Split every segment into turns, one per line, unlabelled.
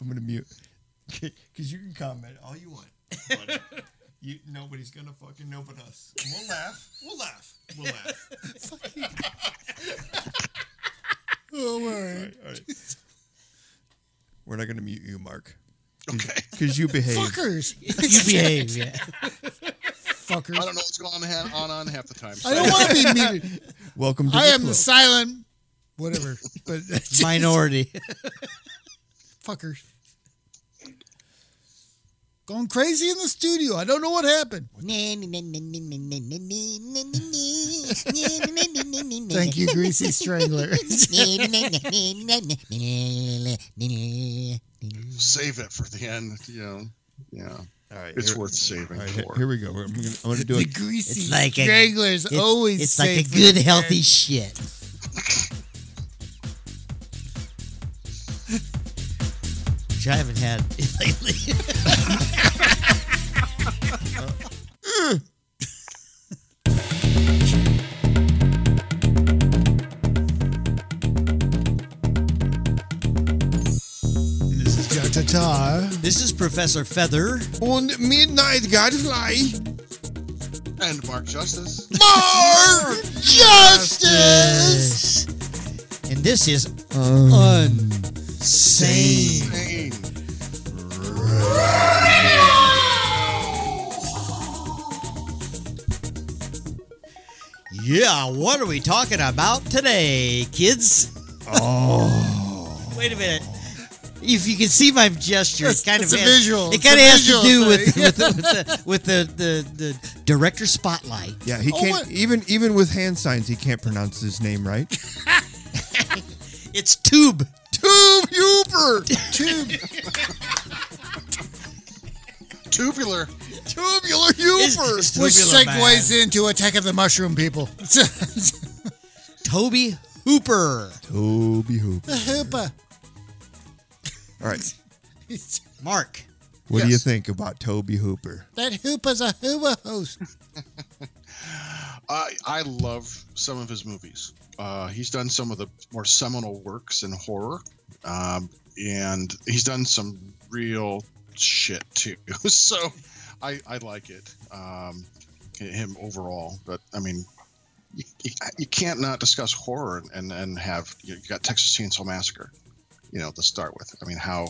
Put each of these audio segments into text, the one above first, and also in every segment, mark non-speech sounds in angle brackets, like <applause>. I'm gonna mute <laughs> because you can comment all you want. But you, nobody's gonna fucking know but us. And We'll laugh. We'll laugh. We'll laugh.
Oh,
<laughs> All right, all right. We're not gonna mute you, Mark,
Okay.
because you behave.
Fuckers. <laughs> you behave, yeah. Fuckers.
I don't know what's going on ha- on, on half the time. So.
<laughs> I don't want to be muted.
Welcome to
I
the
am the
club.
silent, whatever. But
Minority.
<laughs> fuckers. Going crazy in the studio. I don't know what happened. Thank
Thank
<laughs> you, Greasy Strangler.
Save it for the end. You know. Yeah.
<laughs> All right,
It's
here-
worth saving
All right,
for.
here we go. We're- I'm gonna, I'm gonna do
the
it.
Greasy
It's like a-
Strangler's
It's,
always
it's like a
safe for
good,
the
healthy
end.
shit. Which I haven't had <laughs> lately.
This is Jack Tatar.
this is Professor Feather.
On midnight gadfly,
And Mark <laughs> Justice.
Mark
Justice. And this is Unsane.
Insane.
Yeah, what are we talking about today, kids? Oh. Wait a minute. If you can see my gesture,
That's-
it kind of
that's a
has-
visual.
It kind of
It's
has
a
to do
visual
with,
thing. <laughs>
with, the, with, the, with the, the the director spotlight.
Yeah, he
Oh,
can't
what-
even even with hand signs. He can't pronounce his name
<laughs>
right.
It's tube.
Tube Huber,
Tube.
Tubular.
tubular
It's-
Huber.
it's
Which
tubular, man.
segues into Attack of the Mushroom People. <laughs> the
Toby Hooper.
Toby Hooper.
Hoopa.
All right,
Mark.
what do you
Yes.
think about Toby Hooper?
That Hoopa's a Hoopa host.
I I love some of his movies. Uh, he's done some of the more seminal works in horror, um, and he's done some real shit too. <laughs> so I I like it. Um, him overall, but I mean. You, you, you can't not discuss horror and and have you, got Texas Chainsaw Massacre, you know to start with. I mean how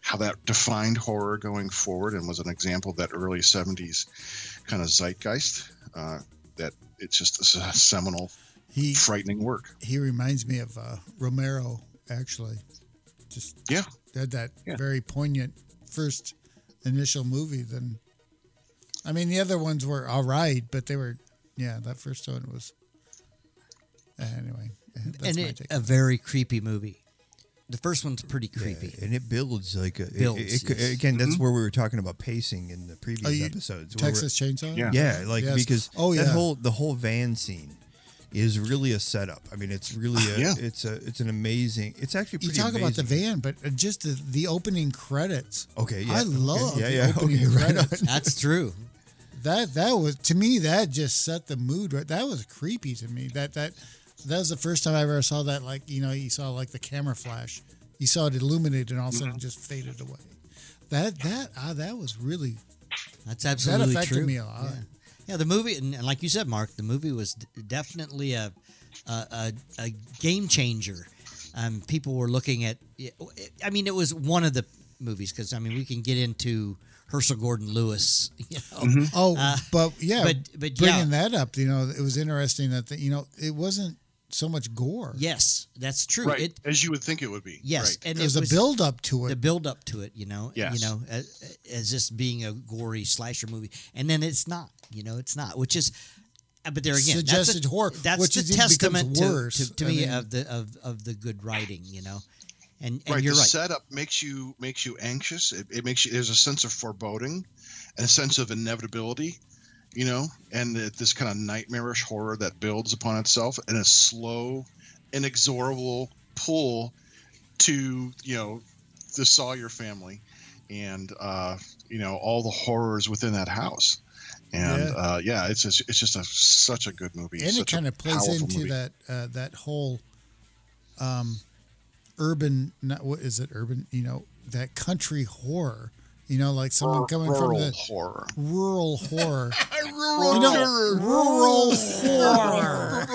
how that defined horror going forward and was an example of that early '70s kind of zeitgeist uh, that it's just it's a seminal,
He
frightening work.
he reminds me of uh, Romero, actually. Just
Yeah.
had that
Yeah.
very poignant first initial movie. Then, I mean, the other ones were all right, but they were, yeah, that first one was. Anyway, that's
and
my
it, uh,
take.
a very creepy movie. The first one's pretty creepy.
And it builds like a, it-
Builds,
it- it-
yes.
again. That's where we were talking about pacing in the previous
Mm-hmm. Oh, you-
episodes. where we're-
Texas Chainsaw.
Yeah.
yeah, like
Yes.
because
Oh,
that
yeah.
whole the whole van scene is really a setup. I mean, it's
<sighs>
really a,
Yeah.
it's a it's an amazing. It's actually
You
pretty
talk about the
amazing.
van, but uh, just the, the opening credits.
Okay, yeah,
I
okay,
love
yeah,
the
yeah,
opening
okay, right
credits.
That's true.
that that was to me that just set the mood right that was creepy to me that that that was the first time i ever saw that like you know you saw like the camera flash you saw it illuminated and all of a sudden it just faded away that that ah, that was really
That's
that
absolutely
affected
true.
me a lot
Yeah, the movie, and, and like you said, Mark, the movie was d- definitely a a, a, a game changer. Um, people were looking at. it- I mean, it was one of the movies because I mean we can get into Herschel Gordon Lewis. <laughs> You know,
oh but yeah
but- but
bringing that up you know it was interesting that the, you know it wasn't so much gore
yes, that's true.
Right,
It,
as you would think it would be.
yes,
right.
and
it was a build up to
the
it
build up to it. You know,
Yes.
you know, as, as this being a gory slasher movie, and then it's not. You know, it's not, which is. uh, But there again,
Suggested
that's a,
horror,
That's
which
the
is even becomes
testament to,
worse.
to, to
I
me
mean-
of the of, of the good writing. You know, and, and
right.
you're
the
right.
setup makes you makes you anxious. It, it makes you. There's a sense of foreboding, and a sense of inevitability, you know, and that this kind of nightmarish horror that builds upon itself in a slow, inexorable pull to you know the Sawyer family, and uh, you know all the horrors within that house. And
Yeah.
yeah, uh, yeah it's just, it's just a, such a good movie.
and it
such a
kind of plays
powerful
into
movie.
that uh, that whole uh, um, urban, not what is it, urban, you know, that country horror, you know, like someone
Rur-
coming
rural
from the
horror.
rural horror.
rural
You know, <laughs> rural horror.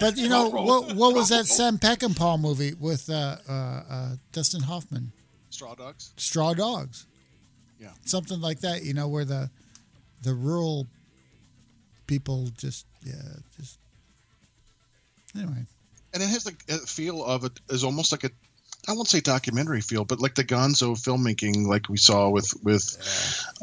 But you know what? What was that Sam Peckinpah movie with uh, uh, uh, Dustin Hoffman?
Straw dogs.
Straw Dogs.
Yeah.
Something like that, you know, where the the rural people just yeah, just anyway.
and it has the uh, feel of it is almost like a I won't say documentary feel, but like the Gonzo filmmaking, like we saw with with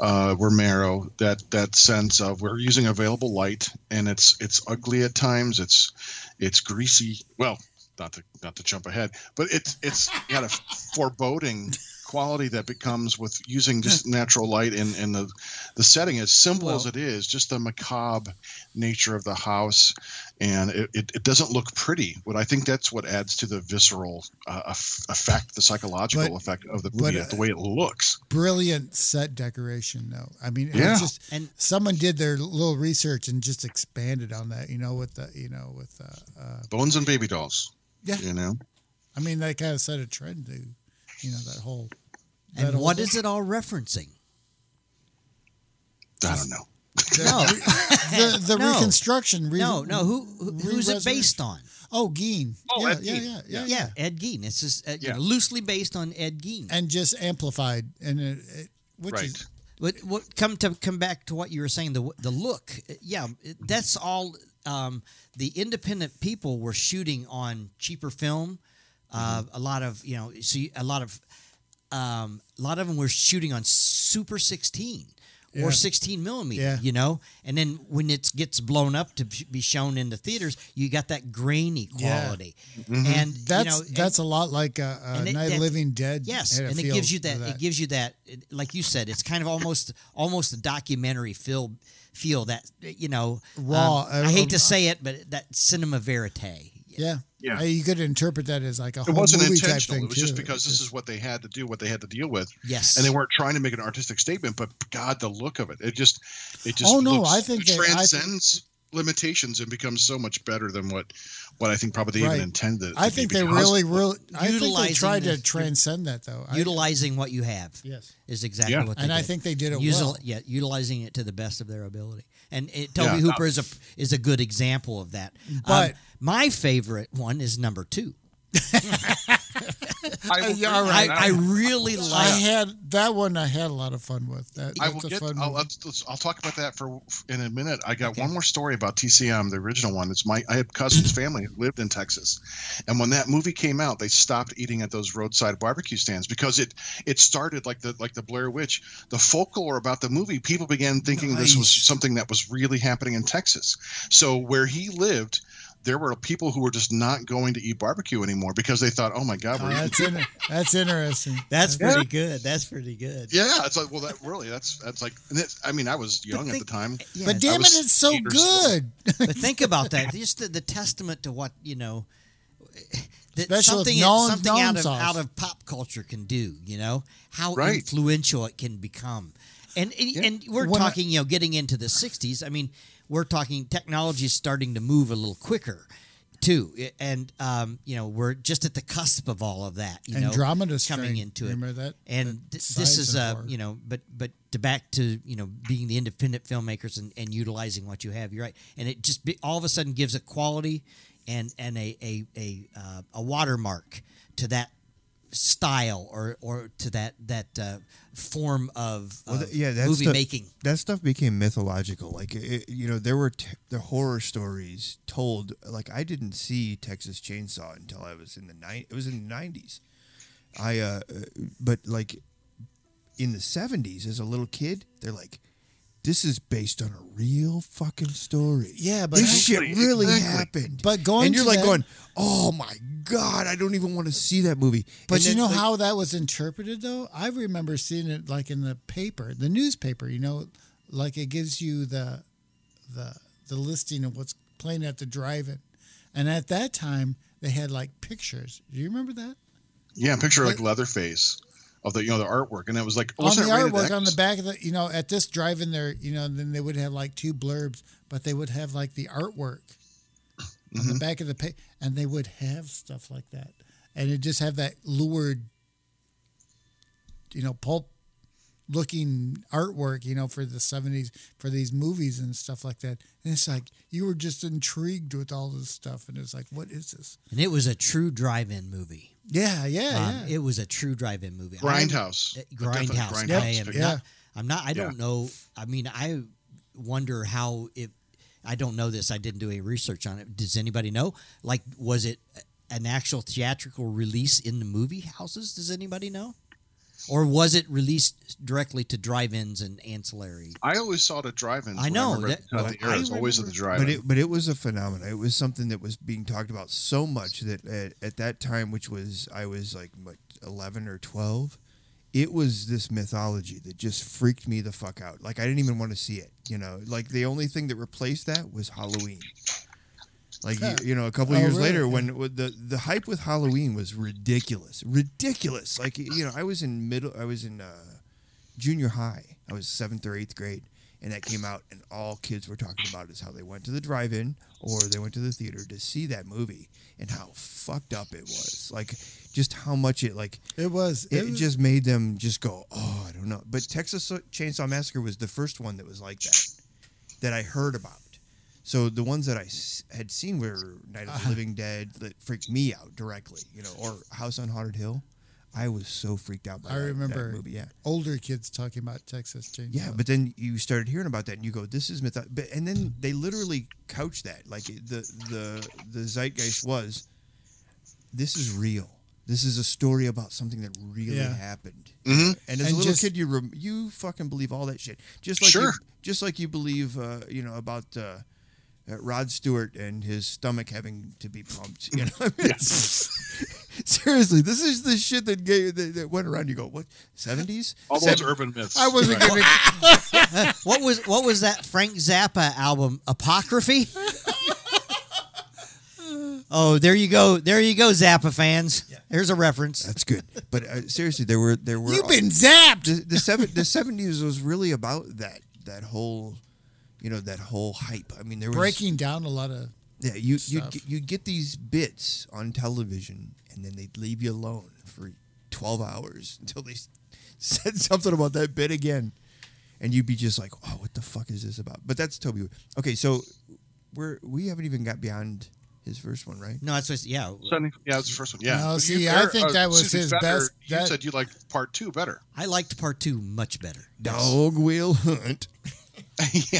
uh, Romero, that that sense of we're using available light, and it's it's ugly at times, it's it's greasy. Well, not to not to jump ahead, but it's it's got a foreboding quality that becomes with using just natural light and and the the setting as simple as
Well-
it is, just the macabre nature of the house and it, it, it doesn't look pretty. But I think that's what adds to the visceral uh, eff- effect, the psychological
But-
effect of the movie,
but, uh,
the way it looks.
Brilliant set decoration though. I mean, it's
Yeah.
just
And
someone did their little research and just expanded on that, you know, with the you know, with uh, uh
Bones and baby dolls.
Yeah.
You know,
I mean that kind of set a trend to you know, that whole
and
that
what
whole-
is it all
<laughs>
referencing?
I don't know. <laughs>
No,
the, the
No.
reconstruction re-
no, no. Who, who who's it
Re-resurrection.
based on?
Oh, Gein.
Oh,
yeah,
Ed
yeah,
Gein.
yeah, yeah,
Yeah, Ed Gein. It's just uh, you
Yeah.
know, loosely based on Ed Gein.
And just amplified, and it, it, which
right.
is
But what come to come back to what you were saying the w- the look uh, yeah it- that's all um, the independent people were shooting on cheaper film uh,
Mm-hmm.
a lot of you know so you- a lot of um, a lot of them were shooting on super 16
Yeah.
or 16 millimeter
Yeah.
you know and then when it gets blown up to sh- be shown in the theaters you got that grainy
Yeah. Mm-hmm.
quality and
that's
you know, and-
that's a lot like uh, uh,
and it-
Night of
that-
Living Dead.
Yes,
had a
and it
feel
gives you
to
that, It gives you that, it- like you said, it's kind of almost almost a documentary feel. Feel that you know, um,
Raw, uh,
I hate
uh,
to say it, but that cinema verite.
yeah,
Yeah.
Uh, you could interpret that as like a
It
whole
wasn't
movie type
intentional.
thing
It was just
too.
because
It's
this is what they had to do, what they had to deal with.
Yes,
And they weren't trying to make an artistic statement, but God, the look of it. It just, it just.
Oh, no,
looks-
I think
it
they- I think-
transcends limitations and becomes so much better than what, what I think probably they
Right.
even intended. it
I
to
think
be
they
because-
really, really. I think they
utilizing
tried
the-
to transcend that though. I-
utilizing what you have
yes,
is exactly
Yeah.
what. They
and I
did.
think they did it
Usil-
well.
yeah, utilizing it to the best of their ability. And it, Toby
Yeah.
Hooper is a is a good example of that. Um,
But-
my favorite one is number two.
I, will-
Uh, all
I,
right.
I really
I
like.
had that one. I had a lot of fun with. That,
I
that's
will
a
get.
fun.
I'll,
movie.
I'll, I'll talk about that for in a minute. I got one more story about TCM, the original one. It's my. I had cousins' family who lived in Texas, and when that movie came out, they stopped eating at those roadside barbecue stands because it it started like the like the Blair Witch. The folklore about the movie, people began thinking this was
Nice.
something that was really happening in Texas. So where he lived. There were people who were just not going to eat barbecue anymore because they thought, "Oh my God,
Oh,
we're eating
that's in,
<laughs>
that's interesting.
That's pretty good. That's pretty good.
Yeah, it's like well, that really, that's that's like, and it's, I mean, I was young at
think-
the time.
Yeah,
But damn it,
was
it's so
eight years
good.
but think about that. Just the, the testament to what you know. That
Especially with
something
known-
something
known
out of
sauce.
out of pop culture can do, you know how
Right.
influential it can become, and and, and we're
When I-
talking you know getting into the '60s. I mean, we're talking technology is starting to move a little quicker, too, I- and um, you know we're just at the cusp of all of that. You know,
Andromeda
coming
Strain.
into it
Remember that?
and
That
th-
science
this is a
horror.
you know but but to back to you know being the independent filmmakers and, and utilizing what you have you're right and it just be, all of a sudden gives a quality and and a a a, uh, a watermark to that style or or to that that uh, form of,
Well,
of
th- yeah, that's
movie
the-
making
That stuff became mythological. Like it, it- you know, there were t- the horror stories told. Like I didn't see Texas Chainsaw until I was in the nine. It was in the nineties. I, uh, uh, but like in the seventies, as a little kid, they're like, "This is based on a real fucking story."
Yeah, but
this
Exactly,
shit really
exactly.
happened.
But going
and you're
to
like
that-
going, "Oh my god, I don't even want to see that movie."
But
And
you
then,
know
like-
how that was interpreted, though. I remember seeing it like in the paper, the newspaper. You know, like it gives you the the the listing of what's playing at the drive-in, and at that time they had like pictures. Do you remember that?
Yeah, picture like Leatherface of the you know the artwork, and it was like
on
wasn't
the
it rated
artwork
X?
on the back of the you know at this drive-in there you know and then they would have like two blurbs but they would have
Mm-hmm.
like the artwork on the back of the page and they would have stuff like that and it just have that lured, you know, pulp looking artwork, you know, for the seventies for these movies and stuff like that. And it's like you were just intrigued with all this stuff, and it's like, what is this?
and it was a true drive-in movie.
Yeah, yeah,
Um,
yeah.
It was a true drive-in movie. I-
Grindhouse.
Uh,
Definitely
Grindhouse.
Grindhouse
I am
picked
yeah.
not. I'm not. I don't know. I mean, I wonder how it. I don't know this. I didn't do any research on it. Does anybody know? Like, was it an actual theatrical release in the movie houses? Does anybody know? Or was it released directly to drive-ins and ancillary?
I always saw the drive-ins.
I
when
know,
remember
that-
the, time of the
I
era, it was always at the
remember-
drive-in.
But it, but it was a phenomenon. It was something that was being talked about so much that at, at that time, which was I was like what, eleven or twelve, it was this mythology that just freaked me the fuck out. Like I didn't even want to see it. You know, like the only thing that replaced that was Halloween. Like you, you know, a couple
Oh,
years
really?
later, when when the the hype with Halloween was ridiculous, ridiculous. Like you know, I was in middle, I was in uh, junior high. I was seventh or eighth grade, and that came out, and all kids were talking about is how they went to the drive-in or they went to the theater to see that movie and how fucked up it was. Like just how much it like
It was.
it,
was-
just made them just go, oh, I don't know. But Texas Chainsaw Massacre was the first one that was like that, that I heard about. So the ones that I s- had seen were Night
Uh-huh.
of the Living Dead that freaked me out directly, you know, or House on Haunted Hill. I was so freaked out by
I
that- that
remember
movie. Yeah,
older kids talking about Texas Chainsaw.
yeah, but then you started hearing about that, and you go, "This is myth." But and then they literally couch that, like it- the the the zeitgeist was, "This is real. This is a story about something that really
Yeah.
happened."
Mhm.
And as
And
a little
just-
kid, you rem- you fucking believe all that shit, just like you,
Sure.
just like you believe, uh, you know, about uh, uh, Rod Stewart and his stomach having to be pumped. You know, <laughs> I mean, it's- seriously, this is the shit that gave that, that went around. You go, "What? Seventies?
All those urban myths.
I wasn't
Right.
gonna.
<laughs> What was what was that Frank Zappa album Apocryphy? <laughs> oh, there you go, there you go, Zappa fans. There's a reference.
That's good. But uh, seriously, there were there were
You've been zapped.
the the seven the seventies was really about that that whole you know that whole hype. I mean, there was
Breaking down a lot of.
Yeah, you you
stuff.
you get these bits on television, and then they'd leave you alone for twelve hours <laughs> until they s- said something about that bit again, and you'd be just like, "Oh, what the fuck is this about?" But that's Toby. Wood. Okay, so we're we haven't even got beyond his first one, right?
No, that's just yeah.
Sunny- Yeah, that's the first one. Yeah.
No,
But
see,
you-
I
Eric-
think that was
Susan
his
Fender,
best-
You
that-
said you liked part two better. <laughs>
I liked part two much better.
Dog Wheel Hunt.
yeah.
<laughs>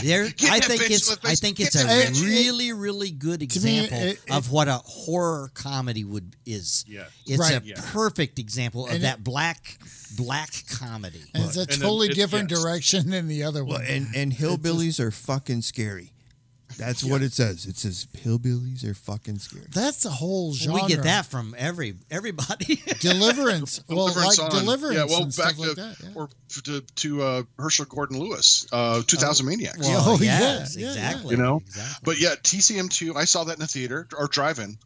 There,
<laughs> Get
I
that
think
bitch,
it's
that
I
bitch,
think
get
it's
<laughs>
a
that
bitch.
really really good
me,
example
it- it-
of what a horror comedy would is.
Yeah.
It's
Right.
a
Yeah.
perfect example of
And it-
that black black comedy.
And it's a
then
totally
it-
different
yes.
direction than the other
Well,
one.
<sighs> and and hillbillies are fucking scary. That's what it says. It says hillbillies are fucking scary.
That's the whole genre.
We get that <laughs> from every everybody. <laughs>
<laughs>
Deliverance. well,
Deliverance
like
on-
Deliverance
Yeah, well,
and
back
stuff
to,
like that. Yeah.
or f- to, to uh, Herschel Gordon Lewis, uh, 2000 Maniacs.
well, Oh, yeah, yeah, yeah.
exactly.
You know?
exactly.
But yeah, TCM2, I saw that in the theater or drive-in,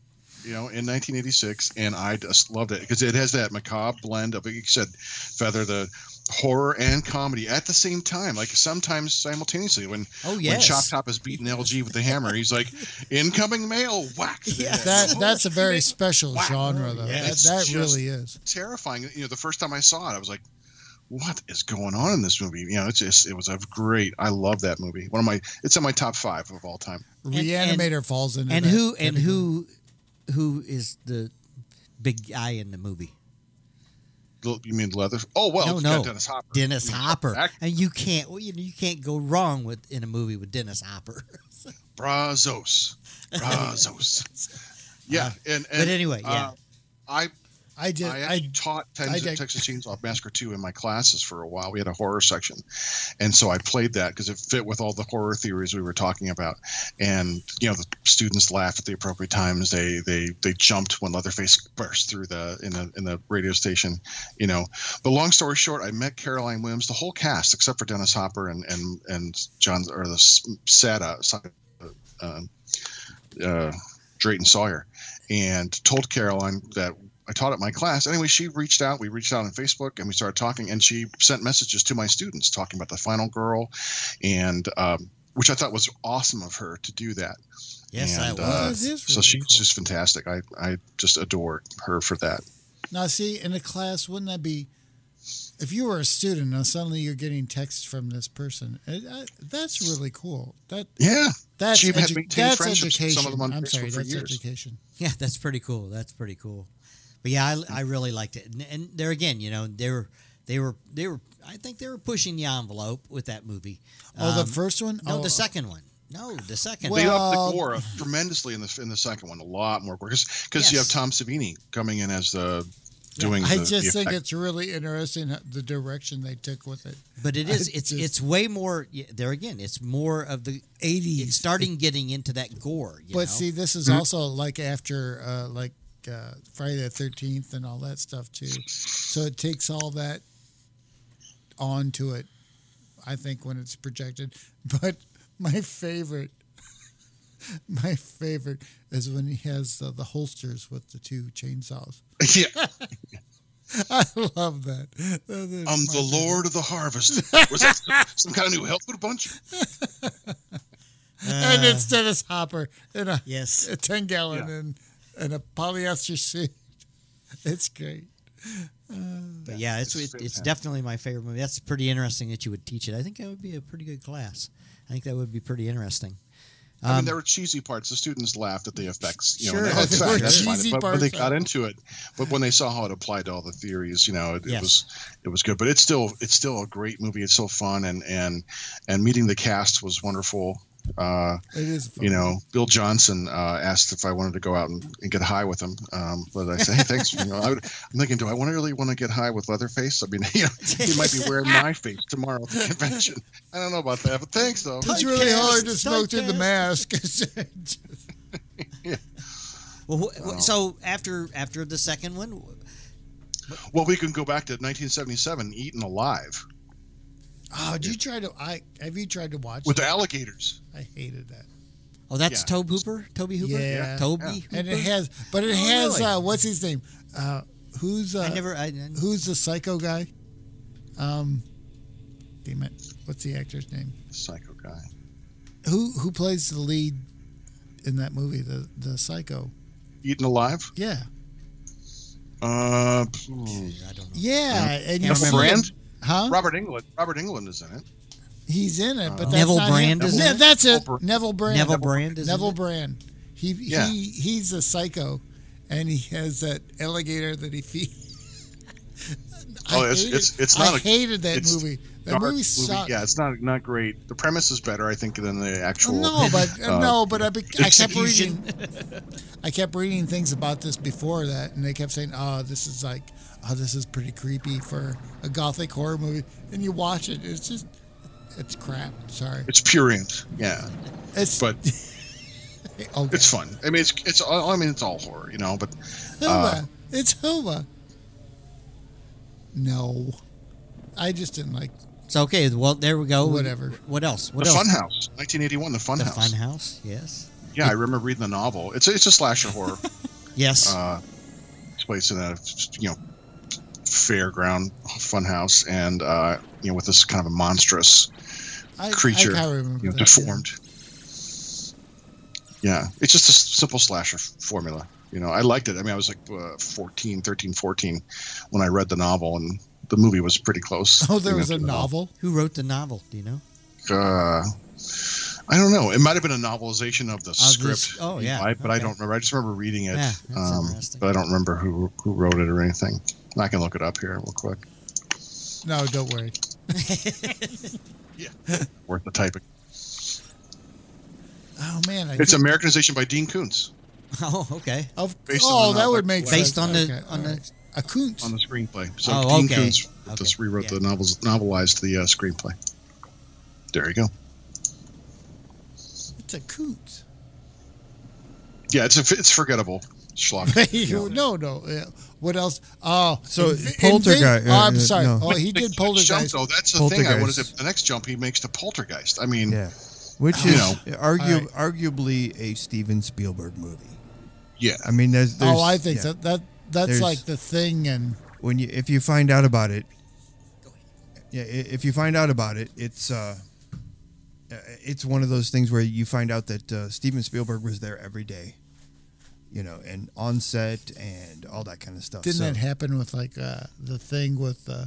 you know, in 1986, and I just loved it because it has that macabre blend of, like you said, feather the horror and comedy at the same time, like sometimes simultaneously. When
Oh,
when
yes.
Chop Top is beating LG with the hammer, he's like, "Incoming mail,
<laughs>
whack!"
Yeah.
That that's a very special
Wow.
genre, though.
Yeah,
that
it's
that
just-
really is.
terrifying. You know, the first time I saw it, I was like, "What is going on in this movie?" You know, it's just it was a great. I love that movie. One of my, it's in my top five of all time.
and-
Reanimator falls into
and
that
who and
category.
who who is the big guy in the movie?
L- You mean Leather? Oh well,
no,
it's
no,
got Dennis Hopper. Mm.
Dennis
I mean,
Hopper.
act-
and you can't well, you, know, you can't go wrong with in a movie with Dennis Hopper. <laughs>
Brazos.
<laughs>
Brazos. yeah, Uh, and, and
but anyway, yeah.
uh, I
I did.
I
I,
actually taught
I
Texas,
did-
Texas Chainsaw Massacre 2 in my classes for a while. We had a horror section. And so I played that because it fit with all the horror theories we were talking about. And, you know, the students laughed at the appropriate times. They they they jumped when Leatherface <laughs> burst through the in the in the radio station, you know. But long story short, I met Caroline Williams, the whole cast except for Dennis Hopper and and and John or the S- Sada Sada, uh, uh, Drayton Sawyer and told Caroline that I taught at my class. Anyway, she reached out. We reached out on Facebook and we started talking. And she sent messages to my students talking about the final girl and um, which I thought was awesome of her to do that.
Yes, I
And,
was.
uh,
That is
so
really
she's
cool.
just fantastic. I, I just adore her for that.
Now, see, in a class, wouldn't that be? If you were a student, now suddenly you're getting texts from this person. It, I, that's really cool. That
Yeah.
that's
She had
edu-
maintained
that's
friendships with some
education.
of them on
I'm sorry,
Facebook for
that's
years.
education.
Yeah, that's pretty cool. That's pretty cool. But yeah, I, I really liked it. And, and there again, you know, they were they were they were I think they were pushing the envelope with that movie.
Oh,
Um,
the first one.
no,
oh,
the second one. No, the second.
They
one.
upped
Well-
the
<laughs>
gore tremendously in the in the second one. A lot more because because you
Yes.
have Tom Savini coming in as the doing.
I
the-
just
the
think
effect.
it's really interesting how- the direction they took with it.
But it is
I
it's
just-
it's way more yeah, there again. It's more of the
80s.
It's starting getting into that gore. You
but
know?
see, this is also like after uh, like uh, Friday the Thirteenth and all that stuff too. So it takes all that onto it. I think when it's projected. <laughs> But my favorite, <laughs> my favorite is when he has uh, the holsters with the two chainsaws. <laughs>
<laughs> yeah.
I love that. That is
I'm
my
the
favorite.
Lord of the
<laughs>
Harvest. Was that some kind of new Hellfoot bunch?
and it's Dennis Hopper in a
yes.
a 10 gallon
Yeah.
and, and a polyester suit. <laughs> It's great.
But yeah, it's
It's
it's, it's definitely my favorite movie. That's pretty interesting that you would teach it. I think that would be a pretty good class. I think that would be pretty interesting.
I mean, there were cheesy parts. The students laughed at the effects. You
Sure,
know, and
there
effect,
were
that's fine,
cheesy
but when they
parts.
got into it, but when they saw how it applied to all the theories, you know, it,
Yes.
it was it was good. But it's still it's still a great movie. It's so fun, and and and meeting the cast was wonderful. Uh,
It is fun.
you know, Bill Johnson uh, asked if I wanted to go out and, and get high with him. Um, but I said, hey, thanks. You know, I would, I'm thinking, do I want to really want to get high with Leatherface? I mean, <laughs> you know, he might be wearing my face tomorrow at the convention. I don't know about that, but thanks though.
It's really
Typecast,
hard to smoke through the
typecast.
mask. <laughs>
Well, wh- wh- so after after the second one, wh-
Well, we can go back to 1977, Eaten Alive
oh, did you try to? I have you tried to watch?
with
it?
the alligators.
I hated that.
oh, that's
Yeah.
Tobe Hooper, Toby Hooper,
Yeah.
Toby. Hooper?
And it has, but it has.
really?
Uh, what's his name? Uh, who's uh,
I never. I, I-
who's the psycho guy? Um, damn it, what's the actor's name?
Psycho guy.
Who who plays the lead in that movie? The the psycho.
Eaten Alive?
Yeah,
I
Uh,
don't know.
yeah. And you
Neville
see him-
Brand?
huh?
Robert England. Robert England is in it.
He's in it, but that's
Neville
not
Brand
Him.
is in
yeah,
it?
that's it.
Uh-huh. Neville Brand.
Neville
Neville Brand
Brand.
is in
Neville
it?
Brand. He
Yeah.
he he's a psycho, and he has that alligator that he <laughs> feeds. I
Oh, it's-
hated-
it's- it's
I
not a-
hated that
it's
movie. That
Dark
movie sucked.
Yeah, it's not not great. The premise is better, I think, than the actual.
No, but
<laughs> uh,
no, but I, be- I kept reading.
execution. <laughs>
I kept reading things about this before that, and they kept saying, "Oh, this is like, oh, this is pretty creepy for a gothic horror movie." And you watch it, it's just, it's crap. Sorry,
It's purient. Yeah,
it's <laughs> oh,
but
okay.
it's fun. I mean, it's it's. all I mean, it's all horror, you know. But uh,
Hilma. it's Hilma. No. I just didn't like
So okay, well there we go.
Whatever.
What else? What
the
else?
Funhouse, 1981, the
the
Funhouse.
Fun House. Yes.
Yeah, I remember reading the novel. It's a, it's a slasher horror.
Yes.
uh, takes place in a you know fairground funhouse, and uh, you know with this kind of a monstrous,
I,
Creature,
I kinda remember
you know,
that,
deformed. Yeah, it's just a s- simple slasher f- formula. You know, I liked it. I mean, I was like uh, 14, 13, 14 when I read the novel, and the movie was pretty close.
yeah. Oh,
you
there
know,
was a
to the
novel.
Who wrote the novel? Do you know? <laughs>
Uh, I don't know. It might have been a novelization of the
this-
script.
oh, yeah,
I, but I
okay.
don't remember. I just remember reading it.
Yeah, that's
um,
interesting.
but I don't remember who who wrote it or anything. I can look it up here real quick.
No, don't worry.
<laughs> Worth the typing.
Oh man, I
It's
did-
Americanization by Dean Koontz
Oh, okay.
of,
based on
oh
the
that
novel.
would make sense.
Based on the
Okay,
on the.
alright. a Kuntz.
on the screenplay. So
Oh,
Dean
okay.
Koontz just
Okay,
rewrote
yeah.
the novels, novelized the uh, screenplay. There you go.
It's a Kuntz.
Yeah, it's a, it's forgettable.
<laughs>
Schlock. You know.
no, no. yeah. What else? Oh,
So,
Invi-
Poltergeist-
Invi- oh, I'm
uh,
sorry.
no.
Oh, he
The-
did
the Jump,
Poltergeist.
though, that's the thing. I wanted
Poltergeist.
to. The next jump he makes to Poltergeist. I mean,
Yeah, which
You
is
know.
argu- arguably a Steven Spielberg movie.
yeah.
I mean, there's, there's
Oh, I think
yeah.
that that that's
There's-
like the thing, and
when you if you find out about it, yeah, i- if you find out about it, it's uh, uh, it's one of those things where you find out that uh, Steven Spielberg was there every day, you know, and on set and all that kind of stuff.
Didn't
So-
that happen with like uh, the thing with uh,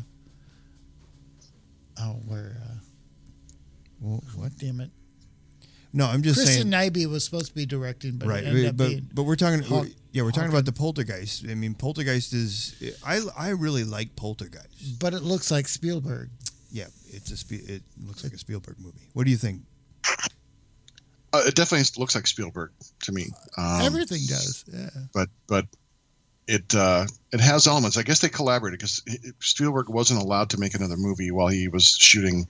oh where uh,
Well, what?
damn it
No, I'm just
Kristen
saying.
Nyby was supposed to be directing, but
right
it ended
we-
up
but
being
but we're talking
Hulk-
yeah we're talking about the poltergeist i mean poltergeist is i i really like poltergeist
but it looks like Spielberg.
yeah it's a Spe- it looks like a spielberg movie what do you think
Uh, it definitely looks like Spielberg to me. Um,
Everything does. Yeah.
but but it uh, it has elements. I guess they collaborated because Spielberg wasn't allowed to make another movie while he was shooting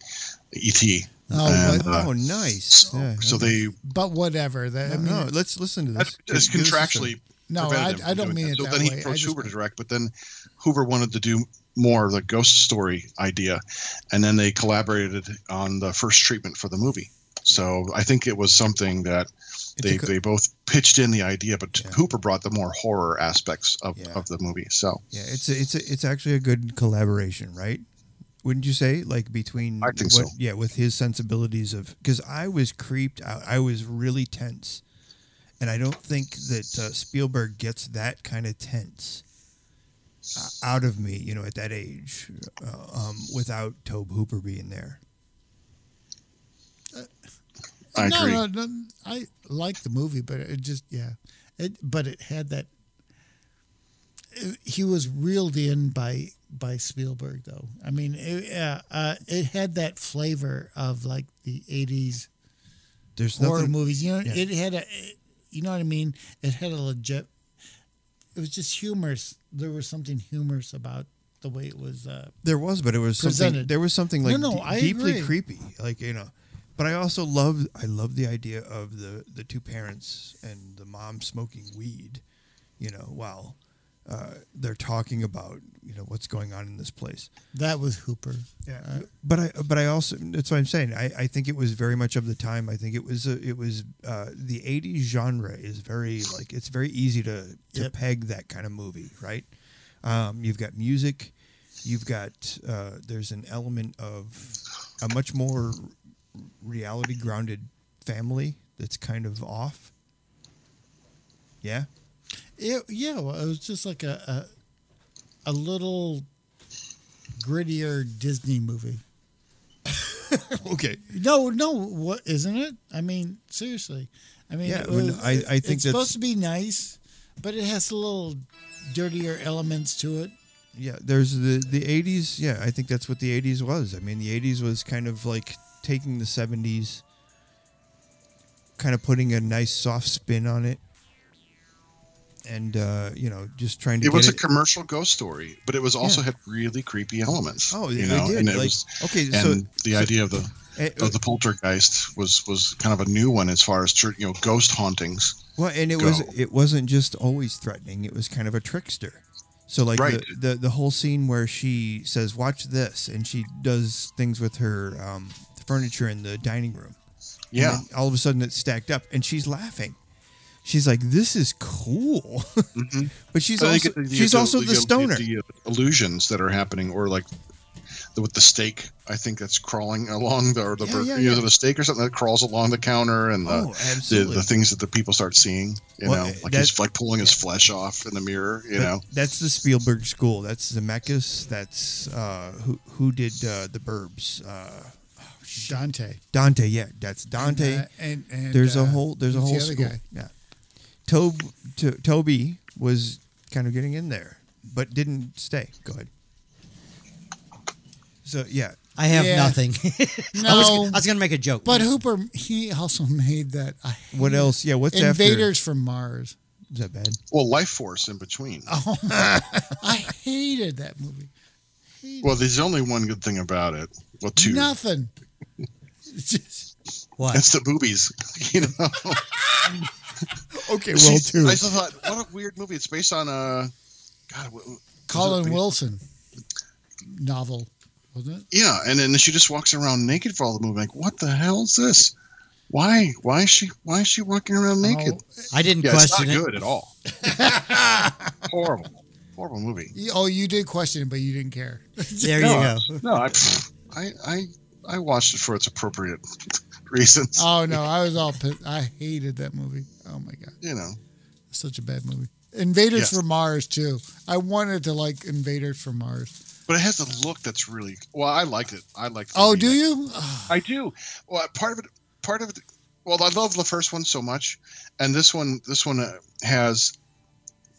E.T.
Oh,
And,
but,
oh
uh,
nice
so,
Yeah,
so
okay.
they
but whatever. That, I mean,
no let's listen to
that's
this
it's
Give us a second.
contractually
no,
prevented
I,
him from
I don't
doing
mean it
So
that
then
way.
he
I
approached
just-
Hoover to direct, but then Hoover wanted to do more of the ghost story idea, and then they collaborated on the first treatment for the movie. So I think it was something that
It's a
they,
co-
they both pitched in the idea, but
Yeah.
Hooper brought the more horror aspects of,
Yeah.
of the movie. So
yeah it's a, it's a, it's actually a good collaboration right wouldn't you say like between
I think so.
yeah with his sensibilities of because i was creeped out i was really tense and i don't think that uh, spielberg gets that kind of tense uh, out of me you know at that age uh, um, without tobe hooper being there
I
no,
agree.
no, no, I like the movie, but it just yeah, it but it had that. it- he was reeled in by by Spielberg, though. I mean, it, yeah, uh, it had that flavor of like the '80s
there's
horror
nothing
movies. You know,
yeah.
it had a, it- you know what I mean. It had a legit. It was just humorous. There was something humorous about the way it was. Uh,
there was but it was something
Presented.
there was something
No,
like
no,
de-
I
deeply
agree.
creepy like you know but i also love i love the idea of the the two parents and the mom smoking weed you know while uh, they're talking about you know what's going on in this place
that was Hooper.
yeah but i but i also that's what i'm saying i i think it was very much of the time i think it was a, it was uh the 80s genre is very like it's very easy to to
Yep.
peg that kind of movie right um you've got music you've got uh there's an element of a much more reality grounded family that's kind of off yeah <laughs>
It, yeah, well, it was just like a, a a little grittier Disney movie.
okay
No, no, what isn't it? I mean, seriously. I mean,
Yeah,
it
when
was-
I- I think that's-
it's supposed to be nice, but it has a little dirtier elements to it.
Yeah, there's the the 80s. Yeah, I think that's what the 80s was. I mean, the 80s was kind of like taking the 70s, kind of putting a nice soft spin on it, and uh, you know, just trying to.
it
get
was a
it.
commercial ghost story, but it was also
Yeah.
had really creepy elements.
Oh,
you
they
know,
did,
and it
like-
was
okay,
and
so-
the
so-
idea of the
Eh,
of the poltergeist was was kind of a new one as far as tr- you know ghost hauntings.
Well, and it
go.
was it wasn't just always threatening; it was kind of a trickster. So like
Right.
the, the the whole scene where she says, "Watch this," and she does things with her um, furniture in the dining room. And
Yeah,
then all of a sudden it's stacked up, and she's laughing. She's like, "This is cool," <laughs> but she's
Mm-hmm. I think
also
it- the-
she's also the stoner.
The, illusions that are happening, or like the, with the stake, I think that's crawling along the or the
Yeah,
bird-
yeah,
you know,
yeah.
the stake or something that crawls along the counter and
Oh,
the, the
absolutely.
the things that the people start seeing. You
Well, eh,
know, like
that-
he's like pulling his flesh off in the mirror. You
That-
know,
that's the Spielberg school. That's Zemeckis. That's uh, who who did uh, the Burbs. Uh,
Dante.
Dante, yeah, that's Dante.
Uh, and, and
there's
uh,
a whole there's a
who's
whole
the other
school.
guy.
Yeah, Tob, to, Toby was kind of getting in there, but didn't stay. Go ahead. So yeah,
I have
Yeah.
nothing. <laughs> I was,
No.
I was gonna make a joke,
But Hooper, he also <laughs> made that. I
what
hate
else? Yeah, what's
Invaders from Mars.
after? Is that bad?
well, life force in between.
Uh-huh.
I hated that movie.
Well, there's only one good thing about it. Well, two.
Nothing. <laughs> It's just-
what?
It's the boobies, <laughs> you know.
Okay,
She's-
well too.
I just thought, what a weird movie. It's based on uh, God, what,
Colin
based-
Wilson novel, wasn't it?
Yeah, and then she just walks around naked for all the movie. Like, what the hell's this? Why? Why is she? Why is she walking around naked?
Oh,
I didn't
yeah, it's
question
not
it.
good at
<laughs>
all. horrible, horrible movie. <laughs>
You- Oh, you did question it, but you didn't care.
There you
No,
go.
No, I, I, I I watched it for its appropriate <laughs> reasons.
Oh no, I was all pissed. I hated that movie. Oh my god,
you know,
such a bad movie. Invaders
Yes.
from Mars too. I wanted to like Invaders from Mars.
but it has a look that's really well. I liked it. I liked. the
Oh,
remake.
do you? Ugh.
I do. Well, part of it, part of it. Well, I love the first one so much, and this one, this one uh, has,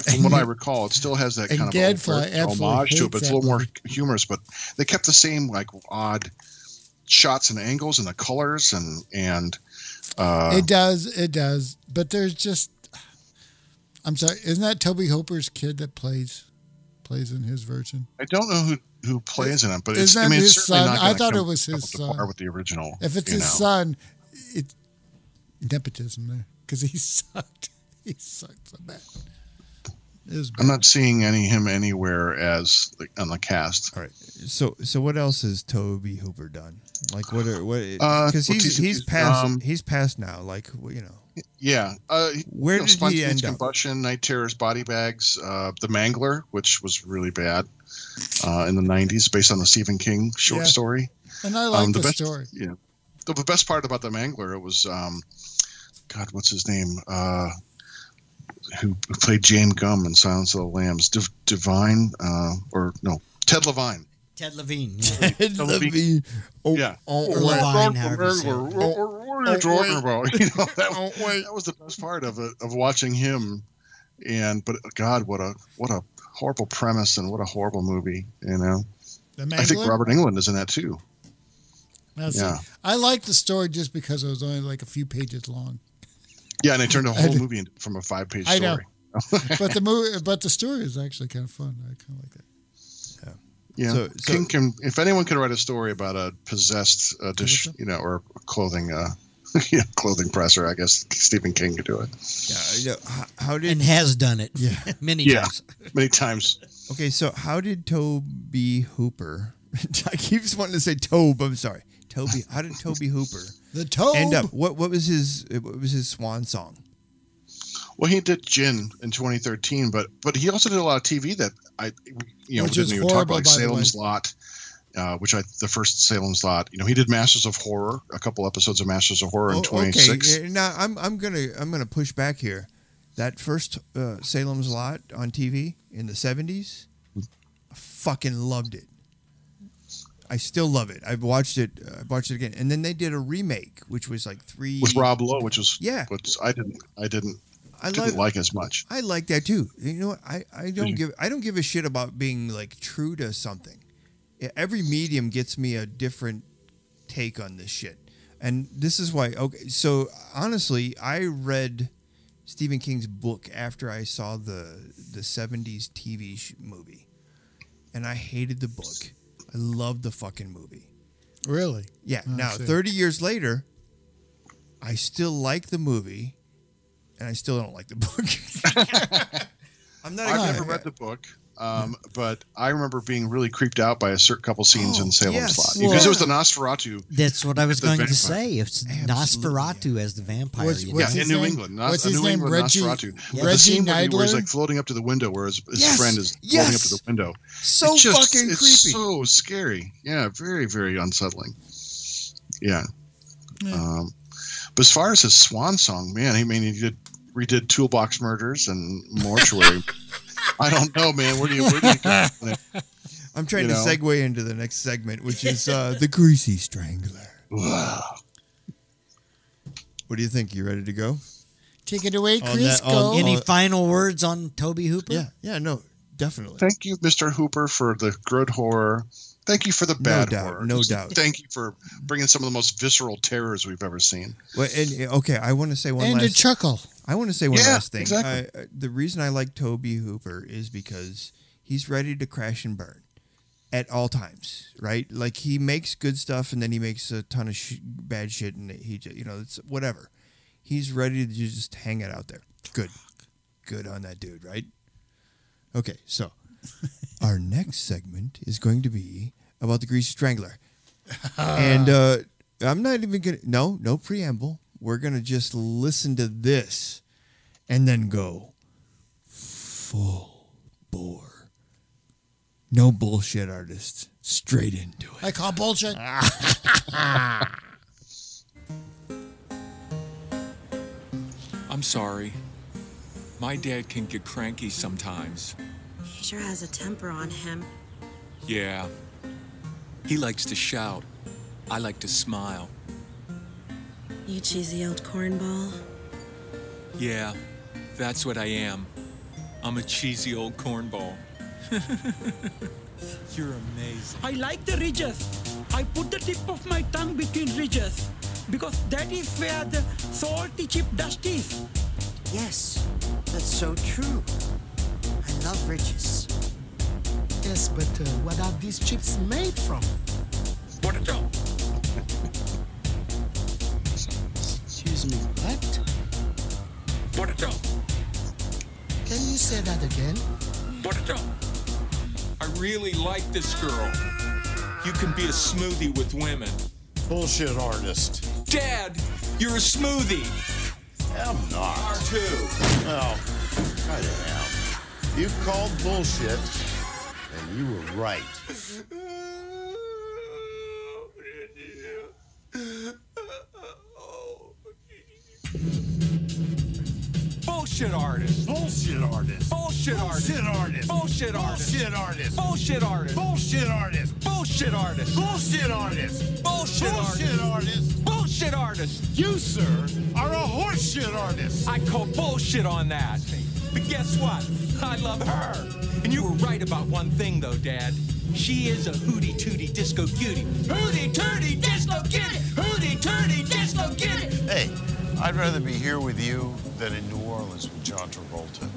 from what I recall, it still has that
and
kind of
Gadfly
overt
absolutely
homage to it, but it's
hates
a
that
little more humorous. But they kept the same like odd shots and angles and the colors and and uh,
it does. It does. But there's just. I'm sorry. Isn't that Toby Hooper's kid that plays plays in his version?
I don't know who who plays in it, but
Is
it's, I
that
mean, it's
his
certainly
son?
not
I
gonna
thought
come
it was
up
his
to par
son.
with the original.
If it's
you
his
know.
son, it nepotism there because he <laughs> sucked. He sucked so bad. It was
I'm
bad.
not seeing any him anywhere as like, on the cast.
All right. So so what else has Toby Hooper done? Like what are what?
Uh,
Because he's
what did
he's
he-
past
um,
he's past now. Like you know
Yeah, uh,
where
you know,
did he
spontaneous
end up? <laughs>
combustion, night terrors, body bags, uh, the Mangler, which was really bad uh, in the '90s, based on the Stephen King short
Yeah.
story.
and I like
um, the
the,
best-
story.
Yeah, the, the best part about the Mangler it was, um, God, what's his name? Uh, who, who played James Gum in Silence of the Lambs? Div- Divine, uh, or no, Ted Levine.
Ted Levine. yeah.
<laughs>
Levine. Oh,
Yeah.
oh,
Or
oh,
Levine, however you say it.
What are you talking about? <laughs> You know, that,
Oh,
was- <laughs> that was the best part of it of watching him. And but God, what a what a horrible premise and what a horrible movie. You know,
The
I think
Mangler?
Robert England is in that too.
Now, see,
Yeah.
I liked the story just because it was only like a few pages long.
Yeah, and they turned a whole
did-
movie into, from a five page
I know.
story.
But the movie, <laughs> but the story is actually kind of fun. I kind of like that.
Yeah,
So- so-
King can if anyone can write a story about a possessed uh, dish,
Possessor?
you know, or clothing. uh <laughs> yeah, clothing presser. I guess Stephen King could do it
yeah, I know. How, how did
and has done it <laughs> many
Yeah.
times.
many times.
Okay, so how did Toby Hooper? <laughs> I keep wanting to say Tobe. I'm sorry, Toby. How did Toby Hooper
The Toad.
end up? What what was his what was his swan song?
Well, he did Gin in 2013, but but he also did a lot of TV that I you know
Which
didn't
is
even talk
horrible,
about, like
by the
Salem's Lot, uh, which I the first Salem's Lot. You know, he did Masters of Horror, a couple episodes of Masters of Horror in
Oh,
26.
yeah, Now I'm I'm gonna I'm gonna push back here. That first uh, Salem's Lot on TV in the 70s, I fucking loved it. I still love it. I've watched it. I watched it again, and then they did a remake, which was like three.
With Rob Lowe, which was
Yeah.
which I didn't I didn't
I
didn't
love,
like as much.
I like that too. You know, what? I, I don't
you?
give I don't give a shit about being like true to something. Yeah, Every medium gets me a different take on this shit, and this is why. Okay, so honestly, I read Stephen King's book after I saw the the '70s TV sh- movie, and I hated the book. I loved the fucking movie.
really?
Yeah.
I
now,
see.
30 years later, I still like the movie, and I still don't like the <laughs> book.
<laughs>
I'm not. a-
I've never read the book. Um, but I remember being really creeped out by a certain couple scenes in Salem's
yes.
Lot
Well-
because it was the Nosferatu.
That's what I was
The
going to
vampire.
say. It's
Absolutely,
Nosferatu as the vampire.
What's-
you
what's
know?
yeah,
his
in New
name?
England, Nos-
What's
a
his
New
name?
England
Reggie-
Nosferatu. But The
Reggie
scene where, he, where he's
Neidler?
like floating up to the window, where his, his
Yes.
friend is floating up
Yes.
to the window.
so
It's just-
fucking
it's
creepy.
So scary. Yeah, very, very unsettling. Yeah. Um, but as far as his swan song, man, I mean, he did redid Toolbox Murders and Mortuary. I don't know, man. Where do you? Where do you go?
I'm trying
you
to
know.
segue into the next segment, which is
<laughs>
uh, the Greasy Strangler. What do you think? You ready to go?
Take it away,
On that-
Crisco.
on-
Um, Any
Oh.
final words on Toby Hooper?
Yeah. No. Definitely.
Thank you, Mr. Hooper, for the good horror. Thank you for the bad
doubt,
horror.
no doubt.
Thank you for bringing some of the most visceral terrors we've ever seen.
Well, and, eh, okay. I want to say one
and a
last.
chuckle.
I want to say one
Yeah,
last thing.
exactly.
I, I- the reason I like Toby Hooper is because he's ready to crash and burn at all times, right? Like he makes good stuff and then he makes a ton of sh- bad shit, and he, ju- you know, it's whatever. He's ready to just hang it out there. Good, good on that dude, right? Okay,
<laughs>
so our next segment is going to be about the Greasy Strangler. and uh, I'm not even going to, no, no preamble. We're going to just listen to this and then go full bore. No bullshit artist. straight into it.
I call bullshit.
I'm sorry. My dad can get cranky sometimes.
He sure has a temper on him.
Yeah. He likes to shout. I like to smile.
You cheesy old cornball.
Yeah, that's what I am. I'm a cheesy old cornball. <laughs> You're amazing.
I like the ridges. I put the tip of my tongue between ridges because that is where the salty chip dust is.
Yes, that's so true. I love riches.
Yes, but uh, what are these chips made from?
Potato.
Excuse me, what?
Potato.
Can you say that again?
Potato. I really like this girl. You can be a smoothie with women.
Bullshit artist.
Dad, you're a smoothie.
I'm not.
R2.
No, I am. You called bullshit, and you were right.
Bullshit artist.
Bullshit artist.
Bullshit artist.
Bullshit artist.
Bullshit artist.
Bullshit artist.
Bullshit artist.
Bullshit artist.
Bullshit artist.
Bullshit artist.
Bullshit artist.
Bullshit artist.
Bullshit artist.
You, sir, are a horseshit artist.
I call bullshit on that. But guess what? I love her. And you were right about one thing, though, Dad. She is a hootie tootie disco cutie. Hootie tootie disco cutie. Hootie tootie disco cutie.
Hey, I'd rather be here with you than in New Orleans with John Travolta.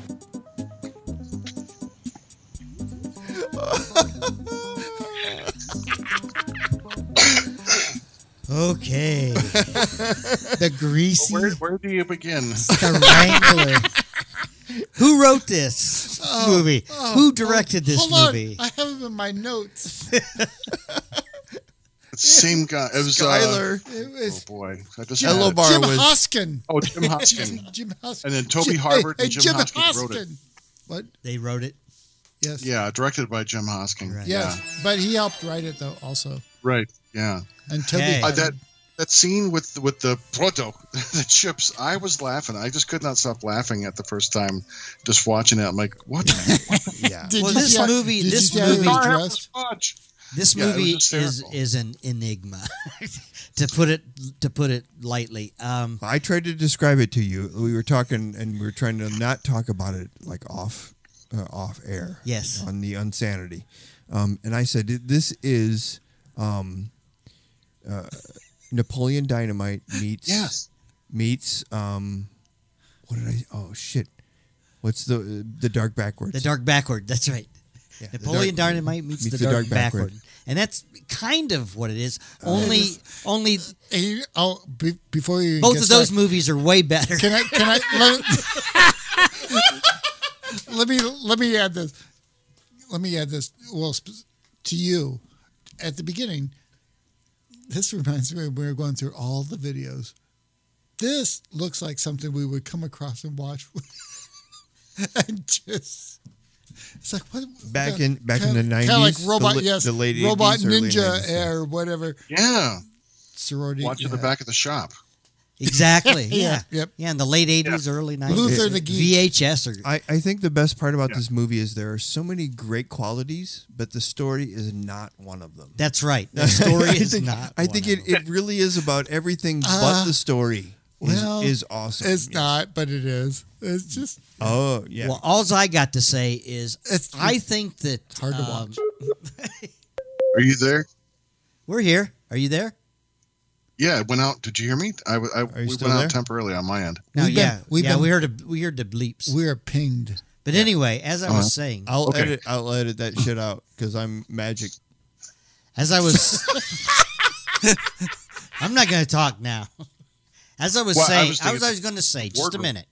Okay. the greasy,
Where, where do you begin?
the wrangler. Who wrote this
Oh,
movie? Who directed this
Hold on,
movie?
I have them in my notes.
Same guy. It was uh,
Skyler.
It
oh
was
boy, I just had
Yellow
it.
Bar
Jim
was
Hoskin.
Oh, Jim Hoskin.
<laughs> Jim Hoskin.
And then Toby
Jim-
Harvard
hey,
and Jim,
Jim
Hoskin, wrote it.
Hoskin. What?
They wrote it.
Yes.
Yeah, directed by Jim Hoskin.
Right.
Yeah,
Yes, but he helped write it though, also.
right. Yeah,
And Toby
Hey.
Uh,
Hard-
that that scene with with the proto, <laughs> the chips. I was laughing. I just could not stop laughing at the first time, just watching it. I'm like, what? the
yeah.
Did
Well,
you
this
see how-
movie-
did you
this
see how he was
movie-
dressed?
fudge?
This
Yeah, it was
movie is
hysterical.
is an enigma, <laughs> to put it to put it lightly. Um,
I tried to describe it to you. We were talking, and we were trying to not talk about it like off, uh, off air.
Yes.
On the insanity, um, and I said this is um, uh, Napoleon Dynamite meets
Yes.
meets um, what did I? Oh shit! What's the the dark backwards?
the Dark Backward. That's right.
the
Napoleon
Dark-
Dynamite meets, the, Dark, Backward. and that's kind of what it is. Only only
He, oh, be, before you
both
get
of those
started,
movies are way better.
Can I? Can I? Let, let me let me add this. Let me add this. Well, sp- to you, at the beginning, this reminds me when we were going through all the videos. This looks like something we would come across and watch, <laughs> and just it's like what
Back in- back in the
kind of like
90s, the
robot
li-
yes
the late
robot
80s, early
ninja
90s, yeah.
or whatever
Yeah,
sorority
watching the
yeah.
back of the shop.
<laughs> Exactly. yeah.
Yep.
Yeah. In the late '80s, early '90s.
Luther the Geek.
VHS or
I, I think the best part about
Yeah.
this movie is there are so many great qualities, but the story is not one of them.
that's right. The story
I
is
think,
not.
I think
one
it,
of them.
it really is about everything but
Uh,
the story. Is,
well,
is awesome.
It's
Yes.
not, but it is. It's just
Oh yeah.
Well, alls I got to say is
It's-
I think that
hard to
um,
watch.
Are you there?
We're here. Are you there?
Yeah, it went out. Did you hear me? I, I
you
we went
still there?
out temporarily on my end.
No.
We've been-
yeah.
we've
yeah.
been-
we heard a, we heard the bleeps.
We're pinged.
But anyway, as I was saying,
I'll
okay.
edit. I'll edit that shit out because I'm magic.
as I was, <laughs> I'm not going to talk now. As I was
Well, I
saying,
was
I was,
thinking-
I was going to say just a
Wardrobe.
minute.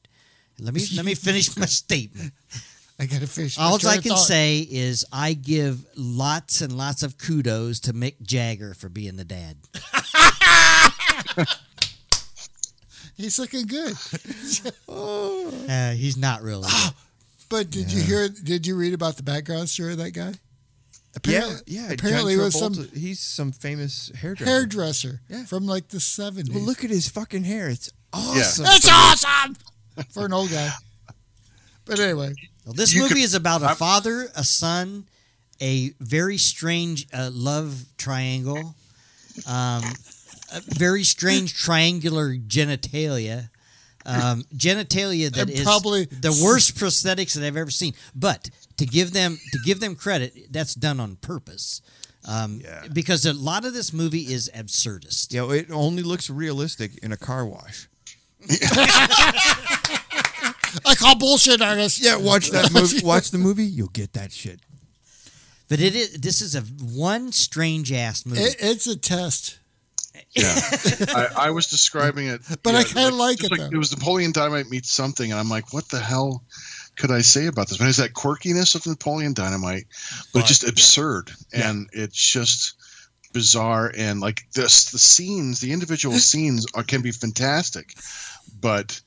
Let me let me finish
<laughs>
my statement.
I got to fish.
All I can say is I give lots and lots of kudos to Mick Jagger for being the dad.
he's looking good.
Uh, he's not really.
But did you hear? Did you read about the background story of that guy? Apparently-
yeah, yeah.
apparently it
John
was some-
Travolta, he's some famous hairdresser.
Hairdresser from like the 70s.
Well, look at his fucking hair. It's awesome.
It's awesome for an old guy. But anyway,
Well, this
You
movie
could-
is about a
I'm-
father, a son, a very strange uh, love triangle, um, a very strange triangular genitalia. Um, genitalia that
And
is
probably-
the worst prosthetics that I've ever seen. But to give them to give them credit, that's done on purpose. Um, Because a lot of this movie is absurdist.
Yeah, it only looks realistic in a car wash.
I call bullshit on us.
Yeah, watch
<laughs>
that movie. Watch the movie. You'll get that shit.
But it is this is a one strange ass movie.
It, it's a test.
Yeah, I, I was describing it,
But
yeah,
I kinda like
just
it, though.
It was Napoleon Dynamite meets something, and I'm like, what the hell could I say about this? But it's that quirkiness of Napoleon Dynamite, but it's just absurd, and it's just bizarre, and like this, the scenes,
<laughs>
the individual scenes are, can be fantastic, but.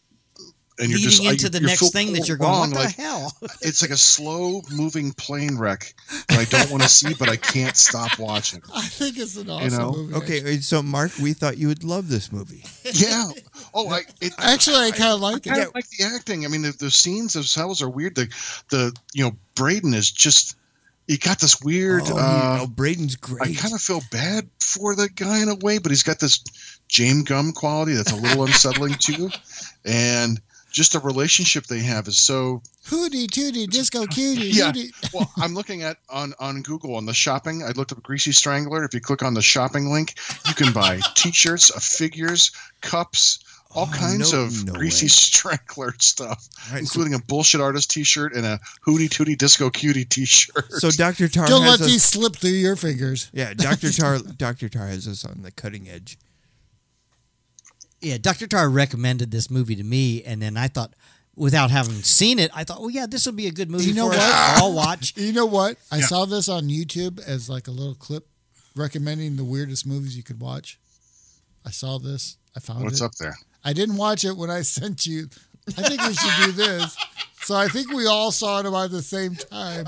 And you're
leading
just, I-
into the
you feel
next thing that you're going,
wrong,
what the
like,
hell?
It's like a slow moving plane wreck that I don't want to see, but I can't
<laughs>
stop watching.
I think it's an awesome movie.
Okay, uh, so Mark, we thought you would love this movie.
Yeah. Oh, I it,
actually I kind of like
I kinda
it.
like the acting. I mean, the, the scenes themselves are weird. The the you know Braden is just he got this weird.
Oh,
uh,
you know, Braden's
I
great.
kind of feel bad for the guy in a way, but he's got this James Gum quality that's a little unsettling too, and just the relationship they have is so
Hootie tootie disco cutie.
<laughs>
yeah.
hootie.
Well, I'm looking at on on Google on the shopping. I looked up Greasy Strangler. If you click on the shopping link, you can
<laughs>
buy T-shirts, uh, figures, cups, all kinds
Oh, no-
of
no
Greasy <laughs>
way.
Strangler stuff,
All right, so-
including a bullshit artist T-shirt and a Hootie Tootie Disco Cutie T-shirt.
So Dr. Tar
Don't let
has
these
us,
slip through your fingers.
Yeah, Dr. Tar Dr. Tar has us on the cutting edge.
yeah, Dr. Tar recommended this movie to me, and then I thought, without having seen it, I thought, well, yeah, this will be a good movie.
You know
for
what?
Us. I'll watch.
You know what? I
Yeah.
saw this on YouTube as like a little clip recommending the weirdest movies you could watch. I saw this. I
<laughs>
found
What's
it.
up there?
I didn't watch it when I <laughs> sent you. I think we should do this. So I think we all saw it about the same time.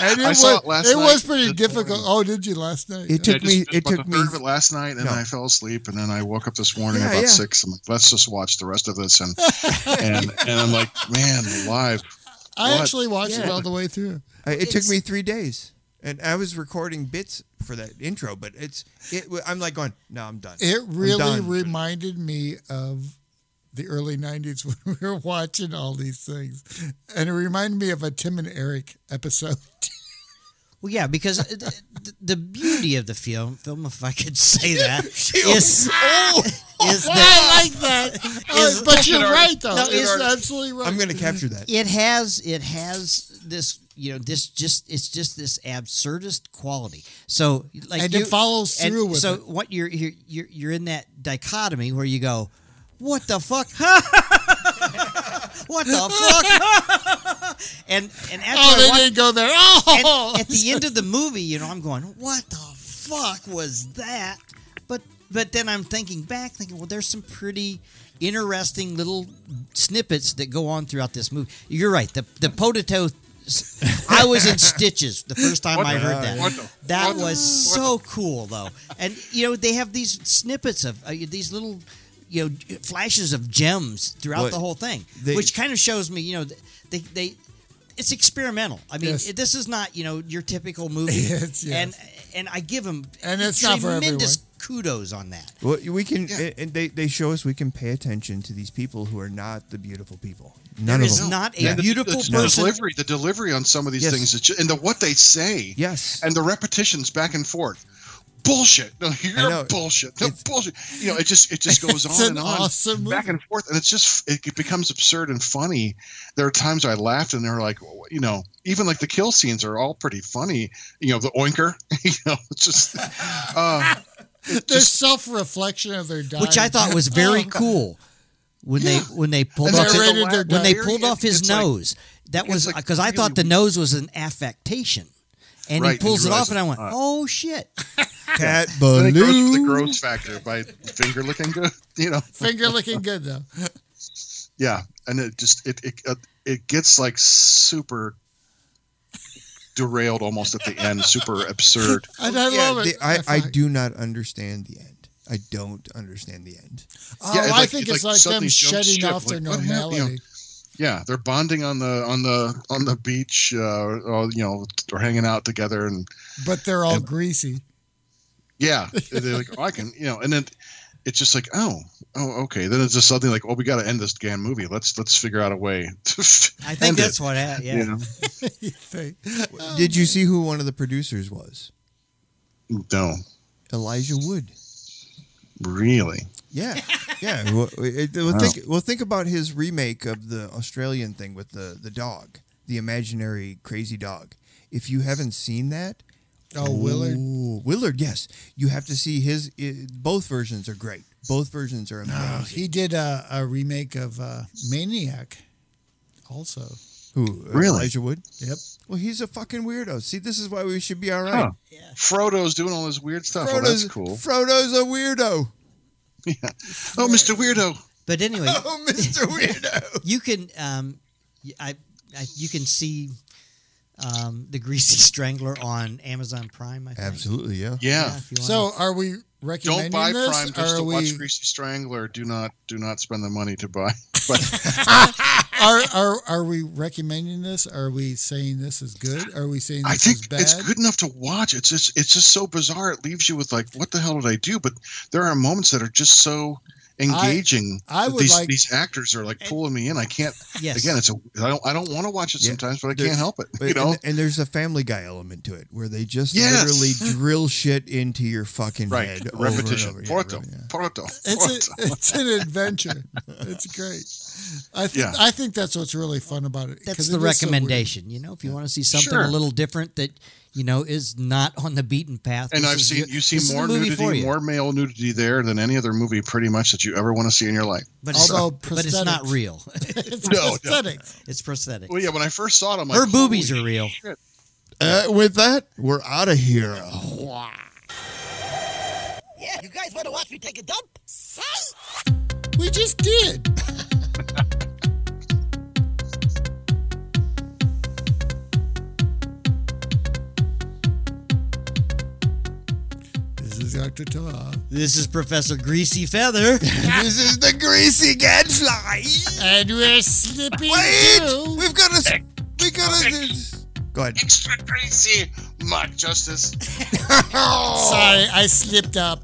And it
I
was
saw it last
it was
night,
pretty
this
difficult. Oh, did you last night?
It
Yeah, I
took
just
me-
finished
it
about
took
the
me-
third of it last night, and
No.
I fell asleep, and then I woke up this morning
Yeah,
about
yeah.
six. I'm like, let's just watch the rest of
<laughs>
this, and and, and I'm like, man, alive.
I
What?
actually watched it
Yeah.
all the way through.
I, it took
It's-
me three days, and I was recording bits for that intro, but it's it. I'm like going, no, I'm done.
It
I'm
really
done."
reminded me of the early 90s <laughs> when we were watching all these things. And it reminded me of a Tim and Eric episode. <laughs>
Well, yeah, because the, the beauty of the film, film, if I could
<laughs>
say that, is <laughs>
oh,
is
I
that
like that.
is-
Oh, but you're right, though.
No,
it's
is-
absolutely right.
I'm gonna capture that.
it has it has this you know this just it's just this absurdist quality so like
And it
you,
follows
and
through with
so
it.
what you're, you're you're you're in that dichotomy where you go what the fuck <laughs> what the
<laughs>
fuck and and after
Oh,
I
they
watch-
didn't go there.
and
Oh,
<laughs>
at the end of the movie you know i'm going what the fuck was that but but then i'm thinking back thinking well there's some pretty interesting little snippets that go on throughout this movie you're right the the potato I was
<laughs>
in stitches the first time
What
I
the-
heard that.
what the-
that
what the-
was
what
so cool, though. And you know they have these snippets of uh, these little, you know, flashes of gems throughout
What-
the whole thing,
they-
which kind of shows me, you know, th- they they it's experimental. I mean,
Yes.
it- this is not you know your typical
<laughs>
movie,
It's- yes.
and and I give them
And it's not for
tremendous kudos on that.
Well, we can,
Yeah.
and they, they show us we can pay attention to these people who are not the beautiful people.
There
None of
is
them.
not a
Yeah.
beautiful
the, the
person.
delivery, the delivery on some of these
Yes.
things, is ju- and the what they say,
yes,
and the repetitions back and forth. Bullshit! No, you're bullshit. No bullshit. You know, it just it
<laughs>
just goes
It's
on
an
and on,
awesome
back and forth, and it's just it becomes absurd and funny. There are times I laughed, and they're like, you know, even like the kill scenes are all pretty funny. You know, the oinker. <laughs> You know, it's just
<laughs>
uh,
<laughs> Their self reflection of their dying.
which I thought was very
Oh.
cool when they when they pulled
And
off
they
his,
rated their
when they
diarrhea,
pulled off his
it's like-
nose. that was
like
because I
really
thought the nose was an affectation, and
Right,
he
and
pulls
you
it off,
realize
and I went,
it's not.
"Oh shit!"
Cat
then it goes for the
baloo.
gross factor by finger looking good. <laughs> You know,
<laughs> Finger looking good, though.
Yeah, and it just it it uh, it gets like super derailed almost at the end, super absurd.
I- I
Yeah,
love it.
the- I,
That's
I
right.
do not understand the end. I don't understand the end.
Oh, I think it's like,
suddenly
them
jump
shedding
ship,
off their
like, what happened, you know?
normality.
Yeah, they're bonding on the on the on the beach, uh, or, you know, or hanging out together, and
But they're all greasy.
yeah, they're like, oh, I can, you know, and then it's just like, oh, oh, okay. Then it's just something like, oh, we got to end this damn movie. Let's let's figure out a way. To
I think
end
that's
it.
what. I, yeah.
You know?
Did you see who one of the producers was?
No,
Elijah Wood.
really.
<laughs> Yeah, yeah. Well, it- well,
Wow.
think, well, think about his remake of the Australian thing with the the dog, the imaginary crazy dog. If you haven't seen that,
Oh, Willard.
Ooh, Willard, yes, you have to see his. i both versions are great. Both versions are
Ah.
amazing.
He did a, a remake of uh, Maniac, also.
Who
Really?
Elijah Wood?
Yep.
Well, he's a fucking weirdo. See, this is why we should be all right.
Huh. Frodo's doing all this weird stuff. Well, that's cool.
Frodo's a weirdo. <laughs>
Oh, Mr. Weirdo.
But
<laughs>
anyway,
Oh,
<laughs>
Mr. Weirdo.
you can um, y- I, I you can see um, the Greasy <laughs> Strangler on Amazon Prime. I think.
Absolutely, yeah.
Yeah.
if you wanna-
So are we
Don't
recommending
buy
this?
Prime just
or
to
are
watch
we
Greasy Strangler. Do not do not spend the money to buy. <laughs> But
are, are are we recommending this? Are we saying this is good? Are we saying this
I think
is bad?
it's good enough to watch. It's just it's just so bizarre. It leaves you with like, what the hell did I do? But there are moments that are just so engaging.
I
that
would
these
like-
these actors are like pulling me in. I can't.
Yes.
Again, it's a I don't I don't want to watch it
Yeah.
sometimes, but I
There's-
can't help it.
But-
you know.
and, and there's a Family Guy element to it where they just
Yes.
literally drill shit into your fucking
<laughs> Right,
head. over and
repetition.
over. Yeah,
Porto,
right, yeah.
Porto,
It's
Porto.
a, <laughs> it's an adventure. It's great. I think
Yeah.
I think that's what's really fun about it. 'cause
that's
it
the
is so weird.
recommendation. you know, if you want to see something
Sure.
a little different that you know is not on the beaten path.
And
this
I've
is
seen
your-
you see
this is the
more
movie for
nudity,
you.
more male nudity there than any other movie, pretty much that you ever want to see in your life.
but it's,
Although
but it's not
prosthetics.
real.
<laughs> It's
No, no.
prosthetic.
it's prosthetic.
Well, yeah, when I first saw it, I'm like,
Her boobies
holy
are real.
Uh, with that, we're out of here.
Yeah, you guys want to watch me take a dump? Say!
We just did. <laughs> this is Dr. Toa.
This is Professor Greasy
<laughs>
Feather.
this is the greasy gadfly.
And we're slipping
Wait,
through.
we've got to. We got to. Go ahead.
extra crazy
<laughs>
Mark Justice.
Sorry, I slipped up.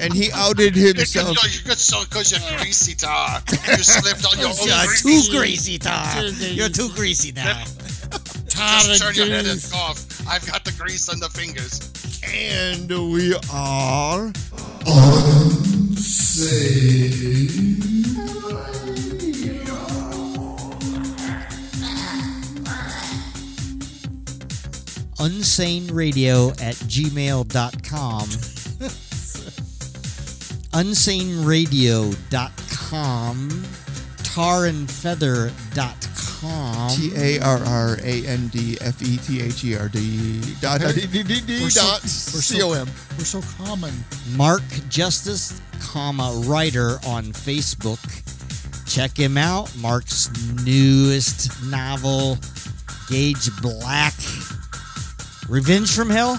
And he outed
<laughs>
himself.
you got so because you're greasy, tar. You slipped
<laughs>
on your
You're too greasy, Tom. You're too greasy now.
Tired of grease.
cough. I've got the grease on the fingers.
And we are.
unsaneradio at gmail.com unsaneradio.com tarandfeather.com
T A R R A N D F E T H E R <laughs> D dot dot dot
We're so-
dot
we're so-
C O M.
We're so common.
mark justice comma writer on facebook check him out mark's newest novel gage black revenge from hell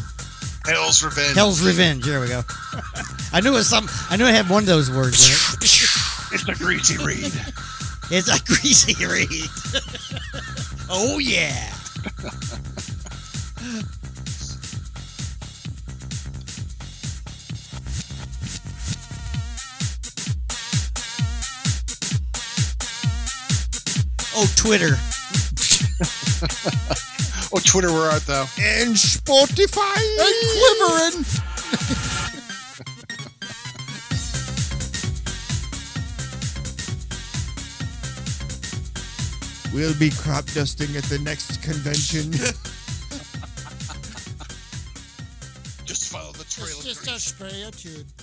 Hell's revenge.
hell's revenge there we go <laughs> i knew it was some i knew it had one of those words in it
It's the greasy reed.
<laughs> It's a greasy read. <laughs> oh yeah. oh Twitter.
<laughs> Oh, Twitter, where art thou?
And Spotify.
Quivering.
We'll be crop dusting at the next convention.
Just follow the trail
It's
of
just
grease.
a spray of tune.